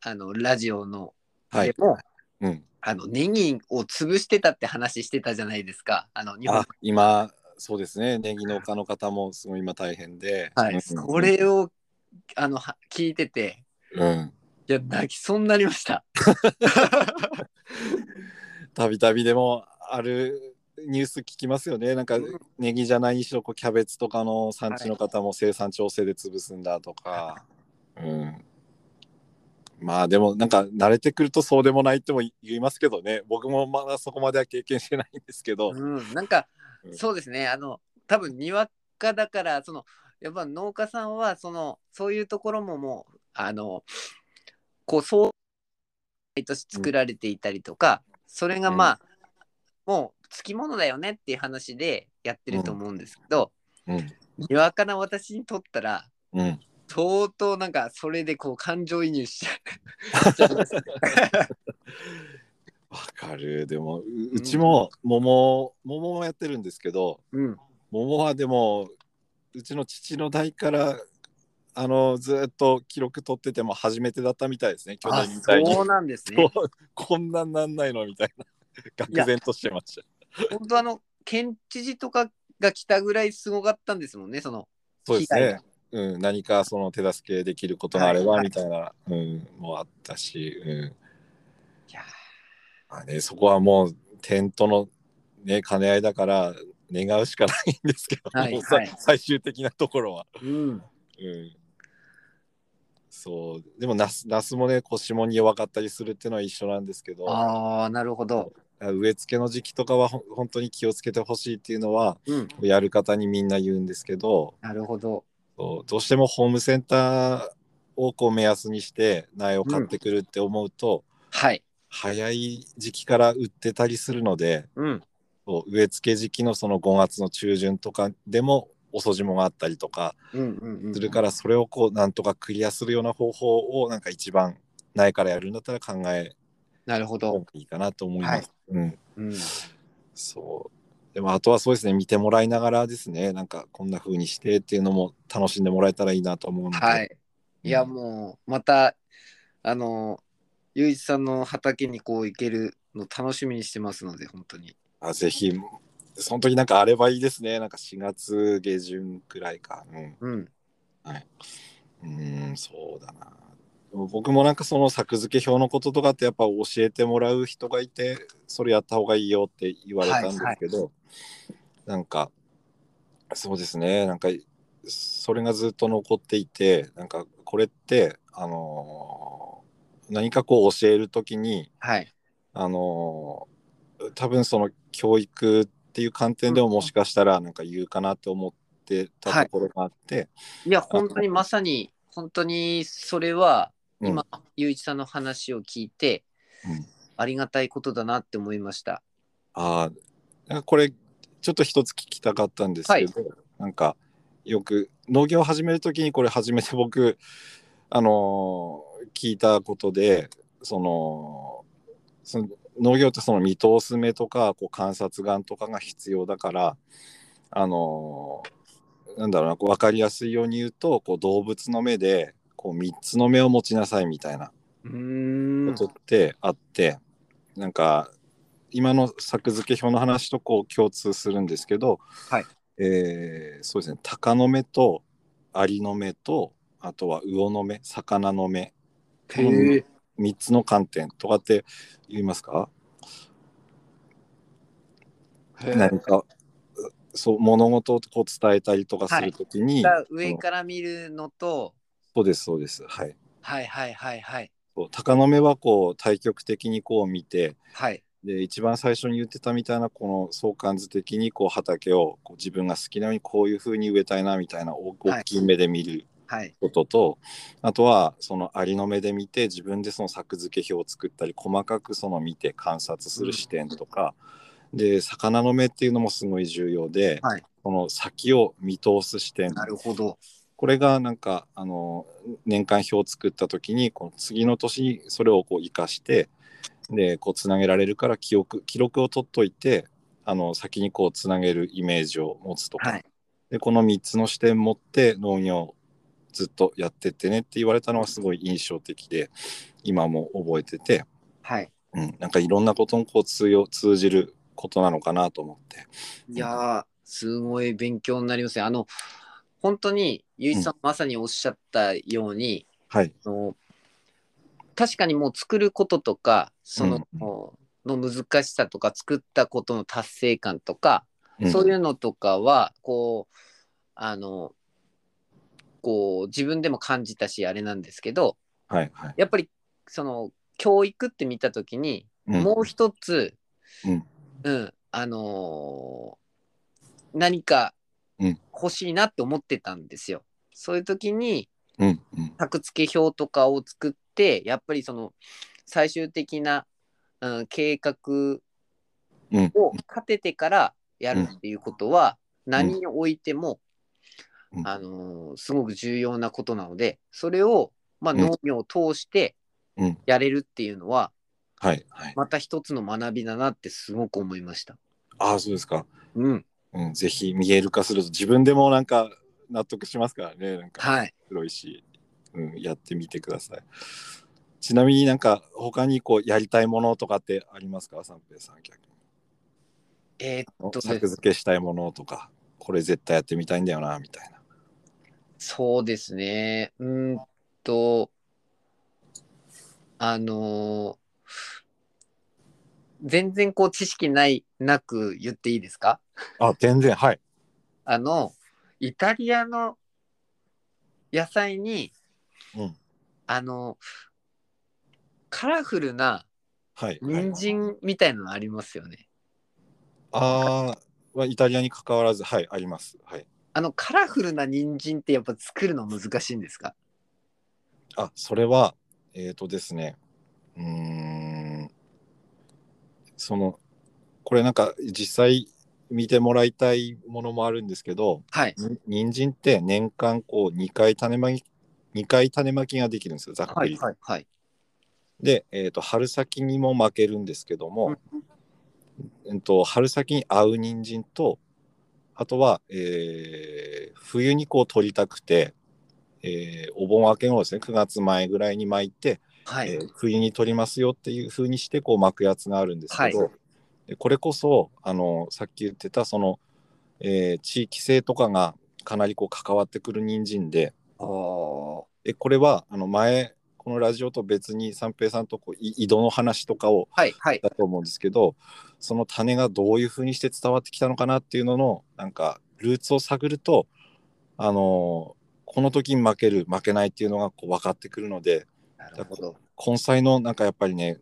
[SPEAKER 2] あのラジオの
[SPEAKER 1] は
[SPEAKER 2] で
[SPEAKER 1] い。
[SPEAKER 2] も、
[SPEAKER 1] うん、
[SPEAKER 2] あのネギを潰してたって話してたじゃないですかあの日本
[SPEAKER 1] あ今そうですねネギ農家の方もすごい今大変で。
[SPEAKER 2] はい、
[SPEAKER 1] うんうん
[SPEAKER 2] これをあのは聞いてて
[SPEAKER 1] うん
[SPEAKER 2] いや泣きそうになりました。
[SPEAKER 1] たびたびでもあるニュース聞きますよねなんか
[SPEAKER 2] うん
[SPEAKER 1] ネギじゃないにしろこうキャベツとかの産地の方も生産調整で潰すんだとか、うん、まあでもなんか慣れてくるとそうでもないとも言いますけどね僕もまだそこまでは経験してないんですけど、
[SPEAKER 2] うん、なんか
[SPEAKER 1] うん
[SPEAKER 2] そうですねあの多分にわかだからそのやっぱ農家さんはそのそういうところももうあのこうそう毎年作られていたりとか、それがまあ、もうつきものだよねっていう話でやってると思うんですけど、
[SPEAKER 1] うん
[SPEAKER 2] にわかな私にとったら
[SPEAKER 1] うん、
[SPEAKER 2] 相当なんかそれでこう感情移入しちゃしちゃいますね。
[SPEAKER 1] わかるでもううちも桃桃もやってるんですけど
[SPEAKER 2] うん、
[SPEAKER 1] 桃はでもうちの父の代からあのずっと記録取ってても初めてだったみたいですね去
[SPEAKER 2] あ
[SPEAKER 1] 年みたいに
[SPEAKER 2] そうなんですね。
[SPEAKER 1] こうこんなんなんないのみたいな愕然としてました。
[SPEAKER 2] (laughs) 本当あの県知事とかが来たぐらいすごかったんですもんねその
[SPEAKER 1] そうです
[SPEAKER 2] 被害
[SPEAKER 1] ね
[SPEAKER 2] が。
[SPEAKER 1] うん、何かその手助けできることがあれば
[SPEAKER 2] はい
[SPEAKER 1] みたいな、うん、もあったし、うん
[SPEAKER 2] いや
[SPEAKER 1] まあね、そこはもう点との、ね、兼ね合いだから願うしかないんですけど、
[SPEAKER 2] はい
[SPEAKER 1] もうさ
[SPEAKER 2] はい
[SPEAKER 1] 最終的なところは。
[SPEAKER 2] ーうん
[SPEAKER 1] うん、そうでも那須那須もね腰もに弱かったりするっていうのは一緒なんですけど
[SPEAKER 2] ああなるほど
[SPEAKER 1] 植え付けの時期とかはほん本当に気をつけてほしいっていうのは
[SPEAKER 2] うん
[SPEAKER 1] やる方にみんな言うんですけど、
[SPEAKER 2] なるほど
[SPEAKER 1] そうどうしてもホームセンターをこう目安にして苗を買ってくるって思うと、
[SPEAKER 2] はい
[SPEAKER 1] 早い時期から売ってたりするので
[SPEAKER 2] うん
[SPEAKER 1] そう植え付け時期のその5月の中旬とかでも遅霜があったりとか
[SPEAKER 2] うんうんうん
[SPEAKER 1] するからそれをこうなんとかクリアするような方法をなんか一番苗からやるんだったら考え
[SPEAKER 2] なるほ
[SPEAKER 1] た方
[SPEAKER 2] ど
[SPEAKER 1] がいいかなと思います。
[SPEAKER 2] はい
[SPEAKER 1] うん、
[SPEAKER 2] うん
[SPEAKER 1] そうでもあとはそうですね見てもらいながらですねなんかこんな風にしてっていうのも楽しんでもらえたらいいなと思うので。
[SPEAKER 2] はいいや
[SPEAKER 1] うん
[SPEAKER 2] もうまたあのゆういちさんの畑にこう行けるの楽しみにしてますので本当に
[SPEAKER 1] あぜひその時なんかあればいいですねなんか4月下旬くらいかうん
[SPEAKER 2] うん
[SPEAKER 1] うーんそうだなでも僕もなんかその作付け表のこととかってやっぱ教えてもらう人がいてそれやった方がいいよって言われたんですけど、なんかそうですねなんかそれがずっと残っていてなんかこれってあのー何かこう教える時に
[SPEAKER 2] はい
[SPEAKER 1] あのー多分その教育っていう観点でももしかしたらなんか言うかなって思ってたところがあって、
[SPEAKER 2] いや本当にまさに本当にそれは
[SPEAKER 1] うん
[SPEAKER 2] 今、ゆういちさんの話を聞いて、
[SPEAKER 1] うん
[SPEAKER 2] ありがたいことだなって思いました
[SPEAKER 1] ああなんかこれちょっと一つ聞きたかったんですけど、なんかよく農業を始める時にこれ初めて僕あのー聞いたことでそのその農業ってその見通す目とかこう観察眼とかが必要だからあのーなんだろうなこう分かりやすいように言うとこう動物の目でこう3つの目を持ちなさいみたいな
[SPEAKER 2] う
[SPEAKER 1] こと
[SPEAKER 2] ー
[SPEAKER 1] っ
[SPEAKER 2] ん
[SPEAKER 1] てあって、なんか今の作付け表の話とこう共通するんですけど、
[SPEAKER 2] はい
[SPEAKER 1] えーそうですね鷹の目とアリの目とあとは魚の目魚の目
[SPEAKER 2] へえ
[SPEAKER 1] 3つの観点とかって言いますか何かうそう物事をこう伝えたりとかするときに、
[SPEAKER 2] 上から見るのと
[SPEAKER 1] そうですそうですはい
[SPEAKER 2] はいはいはいはい
[SPEAKER 1] そう鷹の目はこう対極的にこう見て、
[SPEAKER 2] はい
[SPEAKER 1] で一番最初に言ってたみたいなこの相関図的にこう畑をこう自分が好きなようにこういう風に植えたいなみたいな大
[SPEAKER 2] はい
[SPEAKER 1] 大きい目で見る
[SPEAKER 2] はい
[SPEAKER 1] ことと、あとはそのアリの目で見て自分でその作付け表を作ったり細かくその見て観察する視点とか、で魚の目っていうのもすごい重要で、
[SPEAKER 2] はい
[SPEAKER 1] この先を見通す視点
[SPEAKER 2] なるほど
[SPEAKER 1] これがなんかあの年間表を作った時にこの次の年にそれをこう生かしてでこうつなげられるから記憶記録を取っといてあの先にこうつなげるイメージを持つとか、
[SPEAKER 2] はい
[SPEAKER 1] でこの3つの視点持って農業をずっとやってってねって言われたのはすごい印象的で今も覚えてて、
[SPEAKER 2] はい
[SPEAKER 1] うん、なんかいろんなことにこう通用通じることなのかなと思って。
[SPEAKER 2] いやーすごい勉強になりますねあの本当にゆういちさんまさにおっしゃったように、
[SPEAKER 1] はい、
[SPEAKER 2] あの確かにもう作ることとかその、
[SPEAKER 1] うん
[SPEAKER 2] の難しさとか作ったことの達成感とか、
[SPEAKER 1] うん
[SPEAKER 2] そういうのとかはこうあのこう自分でも感じたしあれなんですけど
[SPEAKER 1] はいはい
[SPEAKER 2] やっぱりその教育って見た時に、
[SPEAKER 1] うん
[SPEAKER 2] もう一つ、
[SPEAKER 1] うん
[SPEAKER 2] うんあのー何か
[SPEAKER 1] うん
[SPEAKER 2] 欲しいなって思ってたんですよ。そういう時に、
[SPEAKER 1] うんうん
[SPEAKER 2] 作付け表とかを作ってやっぱりその最終的な、うん、計画
[SPEAKER 1] うん
[SPEAKER 2] を立ててからやるっていうことは、何においても、
[SPEAKER 1] うん
[SPEAKER 2] あのーすごく重要なことなのでそれを、まあ、
[SPEAKER 1] うん
[SPEAKER 2] 農業を通して
[SPEAKER 1] うん
[SPEAKER 2] やれるっていうのは、
[SPEAKER 1] はいはい
[SPEAKER 2] また一つの学びだなってすごく思いました。
[SPEAKER 1] ああそうですか
[SPEAKER 2] うん、
[SPEAKER 1] うん、ぜひ見える化すると自分でもなんか納得しますからねなんか
[SPEAKER 2] はい
[SPEAKER 1] 黒いし、うん、やってみてくださいちなみになんか他にこうやりたいものとかってありますか三平さん逆に
[SPEAKER 2] えー
[SPEAKER 1] お
[SPEAKER 2] どうです
[SPEAKER 1] 作付けしたいものとかこれ絶対やってみたいんだよなみたいな
[SPEAKER 2] そうですね。うーんと、あのー全然こう知識ない、なく言っていいですか
[SPEAKER 1] あ全然はい
[SPEAKER 2] あの、イタリアの野菜に、
[SPEAKER 1] うん
[SPEAKER 2] あの、カラフルな
[SPEAKER 1] はい、はい、
[SPEAKER 2] 人参みたいなのありますよね。
[SPEAKER 1] あーはイタリアに関わらずはいありますはい
[SPEAKER 2] あの、カラフルな人参ってやっぱ作るの難しいんですか
[SPEAKER 1] あそれはえっ、とですねうーんそのこれなんか実際見てもらいたいものもあるんですけど
[SPEAKER 2] はい。
[SPEAKER 1] に人参って年間こう2回種まき2回種まきができるんですよざっく
[SPEAKER 2] は
[SPEAKER 1] り、
[SPEAKER 2] い。はい。はい。
[SPEAKER 1] で、えー、と春先にも負けるんですけども、うんと春先に合う人参とあとは、えー冬にこう取りたくて、えーお盆明け頃ですね9月前ぐらいに巻いて、
[SPEAKER 2] はい。
[SPEAKER 1] えー冬に取りますよっていう風にしてこう巻くやつがあるんですけど、
[SPEAKER 2] はい
[SPEAKER 1] でこれこそあのさっき言ってたその、えー地域性とかがかなりこう関わってくる人参で、
[SPEAKER 2] お
[SPEAKER 1] でこれはあの前このラジオと別に三平さんとこうい井戸の話とかを
[SPEAKER 2] ーはい。はい。
[SPEAKER 1] だと思うんですけどその種がどういうふうにして伝わってきたのかなっていうののなんかルーツを探るとあのーこの時に負ける負けないっていうのがこう分かってくるので
[SPEAKER 2] なるほど。
[SPEAKER 1] 根菜のなんかやっぱりね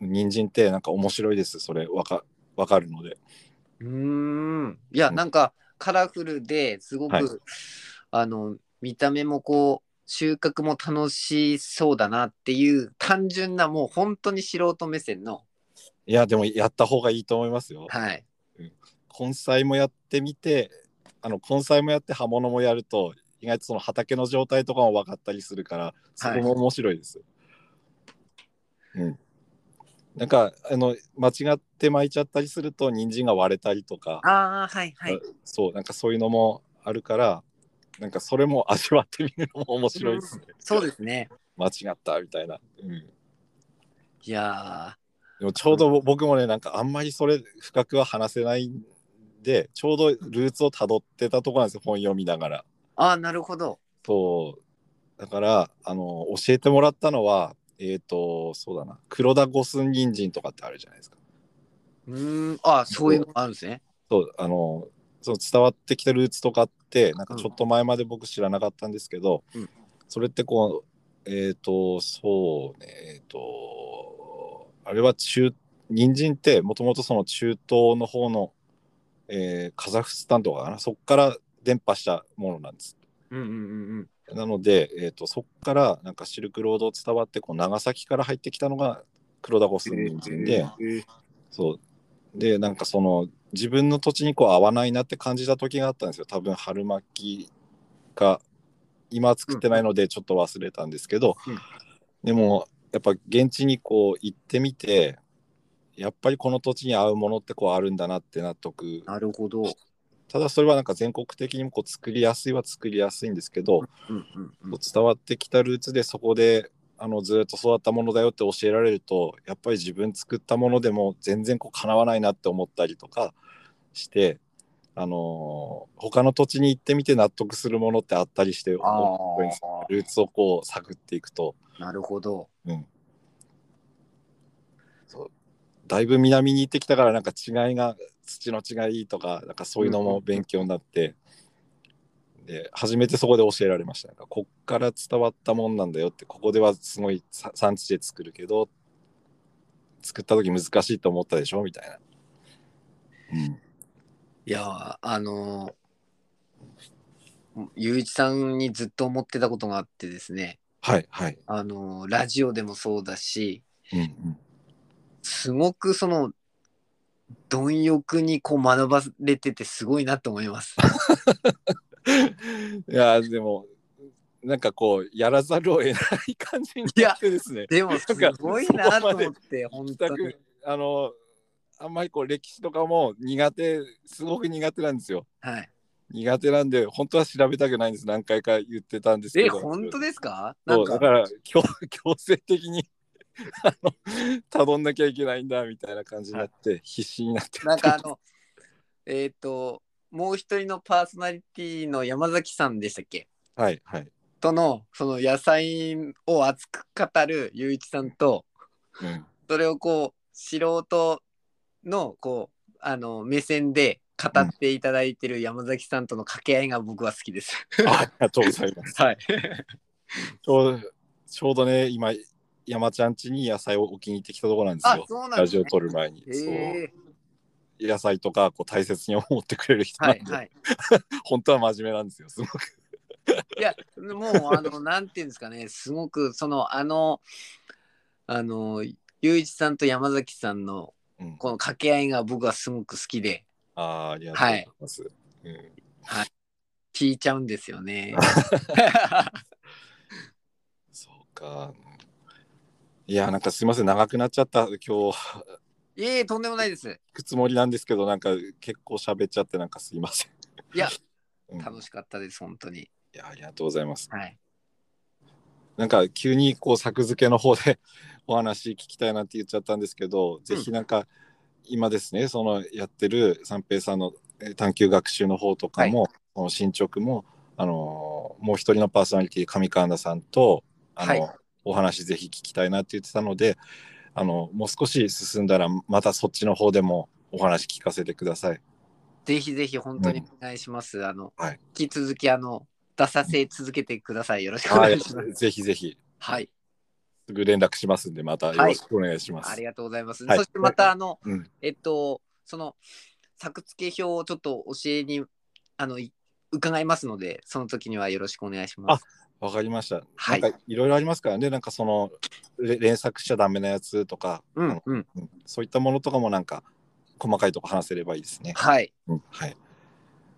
[SPEAKER 1] 人参ってなんか面白いですそれわかわかるので
[SPEAKER 2] うーん。いや、
[SPEAKER 1] うん
[SPEAKER 2] なんかカラフルですごく、
[SPEAKER 1] はい
[SPEAKER 2] あの、見た目もこう、収穫も楽しそうだなっていう単純なもう本当に素人目線の、
[SPEAKER 1] いやでもやった方がいいと思いますよ。
[SPEAKER 2] はい。
[SPEAKER 1] 根菜もやってみてあの根菜もやって刃物もやると意外とその畑の状態とかも分かったりするからそこも面白いです。うん、なんかあの間違って巻いちゃったりすると人参が割れたりとか
[SPEAKER 2] ああ、はいはい。
[SPEAKER 1] そうなんかそういうのもあるからなんかそれも味わってみるのも面白いですね。
[SPEAKER 2] そうですね。
[SPEAKER 1] 間違ったみたいな。うん
[SPEAKER 2] いや
[SPEAKER 1] でもちょうどぼ僕もねなんかあんまりそれ深くは話せないんでちょうどルーツをたどってたとこなんですよ本読みながら。
[SPEAKER 2] ー、ああ、なるほど。
[SPEAKER 1] そうだからあの教えてもらったのはえっ、とそうだな黒田五寸人参とかってあるじゃないですか。
[SPEAKER 2] うーん。ああ、そういうのあるんですね。
[SPEAKER 1] そうあのその伝わってきたルーツとかってなんかちょっと前まで僕知らなかったんですけど、
[SPEAKER 2] うん
[SPEAKER 1] それってこうえっ、とそうねえっ、とあれは中人参ってもともとその中東の方の、えーカザフスタンとかかなそこから伝播したものなんです。
[SPEAKER 2] うんうんうんうん。
[SPEAKER 1] なので、えー、とそこからなんかシルクロードを伝わってこう長崎から入ってきたのが黒田五寸人参で。
[SPEAKER 2] えー
[SPEAKER 1] そうでなんかその自分の土地にこう合わないなって感じた時があったんですよ多分春巻きが今は作ってないのでちょっと忘れたんですけど、
[SPEAKER 2] うん
[SPEAKER 1] でもやっぱ現地にこう行ってみてやっぱりこの土地に合うものってこうあるんだなって納得
[SPEAKER 2] なるほど。
[SPEAKER 1] ただそれはなんか全国的にもこう作りやすいは作りやすいんですけど、
[SPEAKER 2] うんうんうん。
[SPEAKER 1] 伝わってきたルーツでそこであのずっと育ったものだよって教えられるとやっぱり自分作ったものでも全然こう叶わないなって思ったりとかして、あのー他の土地に行ってみて納得するものってあったりして
[SPEAKER 2] あ
[SPEAKER 1] 面白いです
[SPEAKER 2] あ、
[SPEAKER 1] ルーツをこう探っていくと、
[SPEAKER 2] なるほど。
[SPEAKER 1] うん、そうだいぶ南に行ってきたからなんか違いが土の違いとかなんかそういうのも勉強になって、で初めてそこで教えられましたなんかこっから伝わったもんなんだよってここではすごいさ産地で作るけど作った時難しいと思ったでしょみたいな。うん
[SPEAKER 2] いやーあのー、ゆういちさんにずっと思ってたことがあってですね、
[SPEAKER 1] はいはい。
[SPEAKER 2] あのーラジオでもそうだし
[SPEAKER 1] うん (laughs) うん、
[SPEAKER 2] すごくその貪欲にこう学ばれててすごいなと思
[SPEAKER 1] (laughs)
[SPEAKER 2] います。
[SPEAKER 1] いやでもなんかこうやらざるを得ない感じになってですね。
[SPEAKER 2] でもすごいなと思って本当
[SPEAKER 1] 全
[SPEAKER 2] に
[SPEAKER 1] く。あのあんまりこう歴史とかも苦手すごく苦手なんですよ
[SPEAKER 2] はい、
[SPEAKER 1] 苦手なんで本当は調べたくないんです何回か言ってたんですけ
[SPEAKER 2] え、
[SPEAKER 1] ど
[SPEAKER 2] 本当ですかな
[SPEAKER 1] そ
[SPEAKER 2] ん
[SPEAKER 1] うだ
[SPEAKER 2] か
[SPEAKER 1] から強 (laughs) 強制的に (laughs) あの辿んなきゃいけないんだみたいな感じになって必死になって
[SPEAKER 2] なんかあの、えっ、と、もう一人のパーソナリティの山崎さんでしたっけ
[SPEAKER 1] (laughs) はいはい、
[SPEAKER 2] との、その野菜を熱く語る雄一さんと、
[SPEAKER 1] うん
[SPEAKER 2] それをこう、素人の、こう、あの、目線で語っていただいてる山崎さんとの掛け合いが僕は好
[SPEAKER 1] (laughs)
[SPEAKER 2] きです。
[SPEAKER 1] ありがとうございます
[SPEAKER 2] はい。
[SPEAKER 1] ちょうどちょうどね今山ちゃん家に野菜を置きに行ってきたところなんです
[SPEAKER 2] (laughs) あ
[SPEAKER 1] よ、
[SPEAKER 2] そうなん
[SPEAKER 1] ラ
[SPEAKER 2] で
[SPEAKER 1] ジ
[SPEAKER 2] す
[SPEAKER 1] オ
[SPEAKER 2] ね。
[SPEAKER 1] 撮る前に、そう
[SPEAKER 2] え
[SPEAKER 1] 野菜とかこう大切に思ってくれる人
[SPEAKER 2] は
[SPEAKER 1] なん
[SPEAKER 2] い
[SPEAKER 1] で、
[SPEAKER 2] はい。
[SPEAKER 1] 本当は真面目なんですよすごく
[SPEAKER 2] いや、もう、あの、なんていうんですかね、すごく、その、あの、あの、雄一さんと山崎さんの
[SPEAKER 1] うん
[SPEAKER 2] この掛け合いが僕はすごく好きで
[SPEAKER 1] ああありがとうございます、うん
[SPEAKER 2] 聞いちゃうんですよ
[SPEAKER 1] (laughs)
[SPEAKER 2] ね。
[SPEAKER 1] そうかいやなんかすいません長くなっちゃった今日
[SPEAKER 2] いえいえとんでもないです。
[SPEAKER 1] 行くつもりなんですけどなんか結構喋っちゃってなんかすいません
[SPEAKER 2] いや、
[SPEAKER 1] うん、い
[SPEAKER 2] 楽しかったです本当に。
[SPEAKER 1] やありがとうございます
[SPEAKER 2] はい。
[SPEAKER 1] なんか急にこう作付けの方で (laughs) お話聞きたいなって言っちゃったんですけど、ぜひなんか今ですねそのやってる三平さんのえー探究学習の方とかも、その進捗も、あのーもう一人のパーソナリティ上川田さんと、あの
[SPEAKER 2] はい
[SPEAKER 1] お話ぜひ聞きたいなって言ってたのであのもう少し進んだらまたそっちの方でもお話聞かせてください。
[SPEAKER 2] ぜひぜひ本当にお願いします。あの、
[SPEAKER 1] はい
[SPEAKER 2] 引き続きあの出させ続けてください。よろしくお願いします。
[SPEAKER 1] ぜひぜひ
[SPEAKER 2] はい。
[SPEAKER 1] すぐ連絡しますんでまたよろしくお願いします。
[SPEAKER 2] ありがとうございます。
[SPEAKER 1] はい
[SPEAKER 2] そしてまたあの
[SPEAKER 1] うん、
[SPEAKER 2] えっとその作付け表をちょっと教えにあのい伺いますのでその時にはよろしくお願いします。
[SPEAKER 1] わかりました。
[SPEAKER 2] はい
[SPEAKER 1] なんかいろいろありますからね、なんかそのれ連作しちゃダメなやつとか、
[SPEAKER 2] う
[SPEAKER 1] あ
[SPEAKER 2] ん
[SPEAKER 1] の
[SPEAKER 2] うん。
[SPEAKER 1] うんそういったものとかもなんか細かいとこ話せればいいですね。
[SPEAKER 2] はい
[SPEAKER 1] うんはい。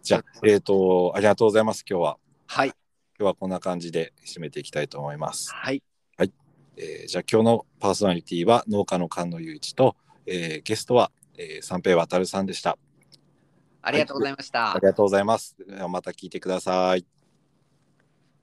[SPEAKER 1] じゃあ、えっ、と、ありがとうございます。今日は、
[SPEAKER 2] はい
[SPEAKER 1] 今日はこんな感じで締めていきたいと思います。
[SPEAKER 2] はい
[SPEAKER 1] えーじゃあ今日のパーソナリティは農家の菅野雄一と、えーゲストは、えー三平渡さんでした。
[SPEAKER 2] ありがとうございました。
[SPEAKER 1] ありがとうございます。ではまた聞いてください。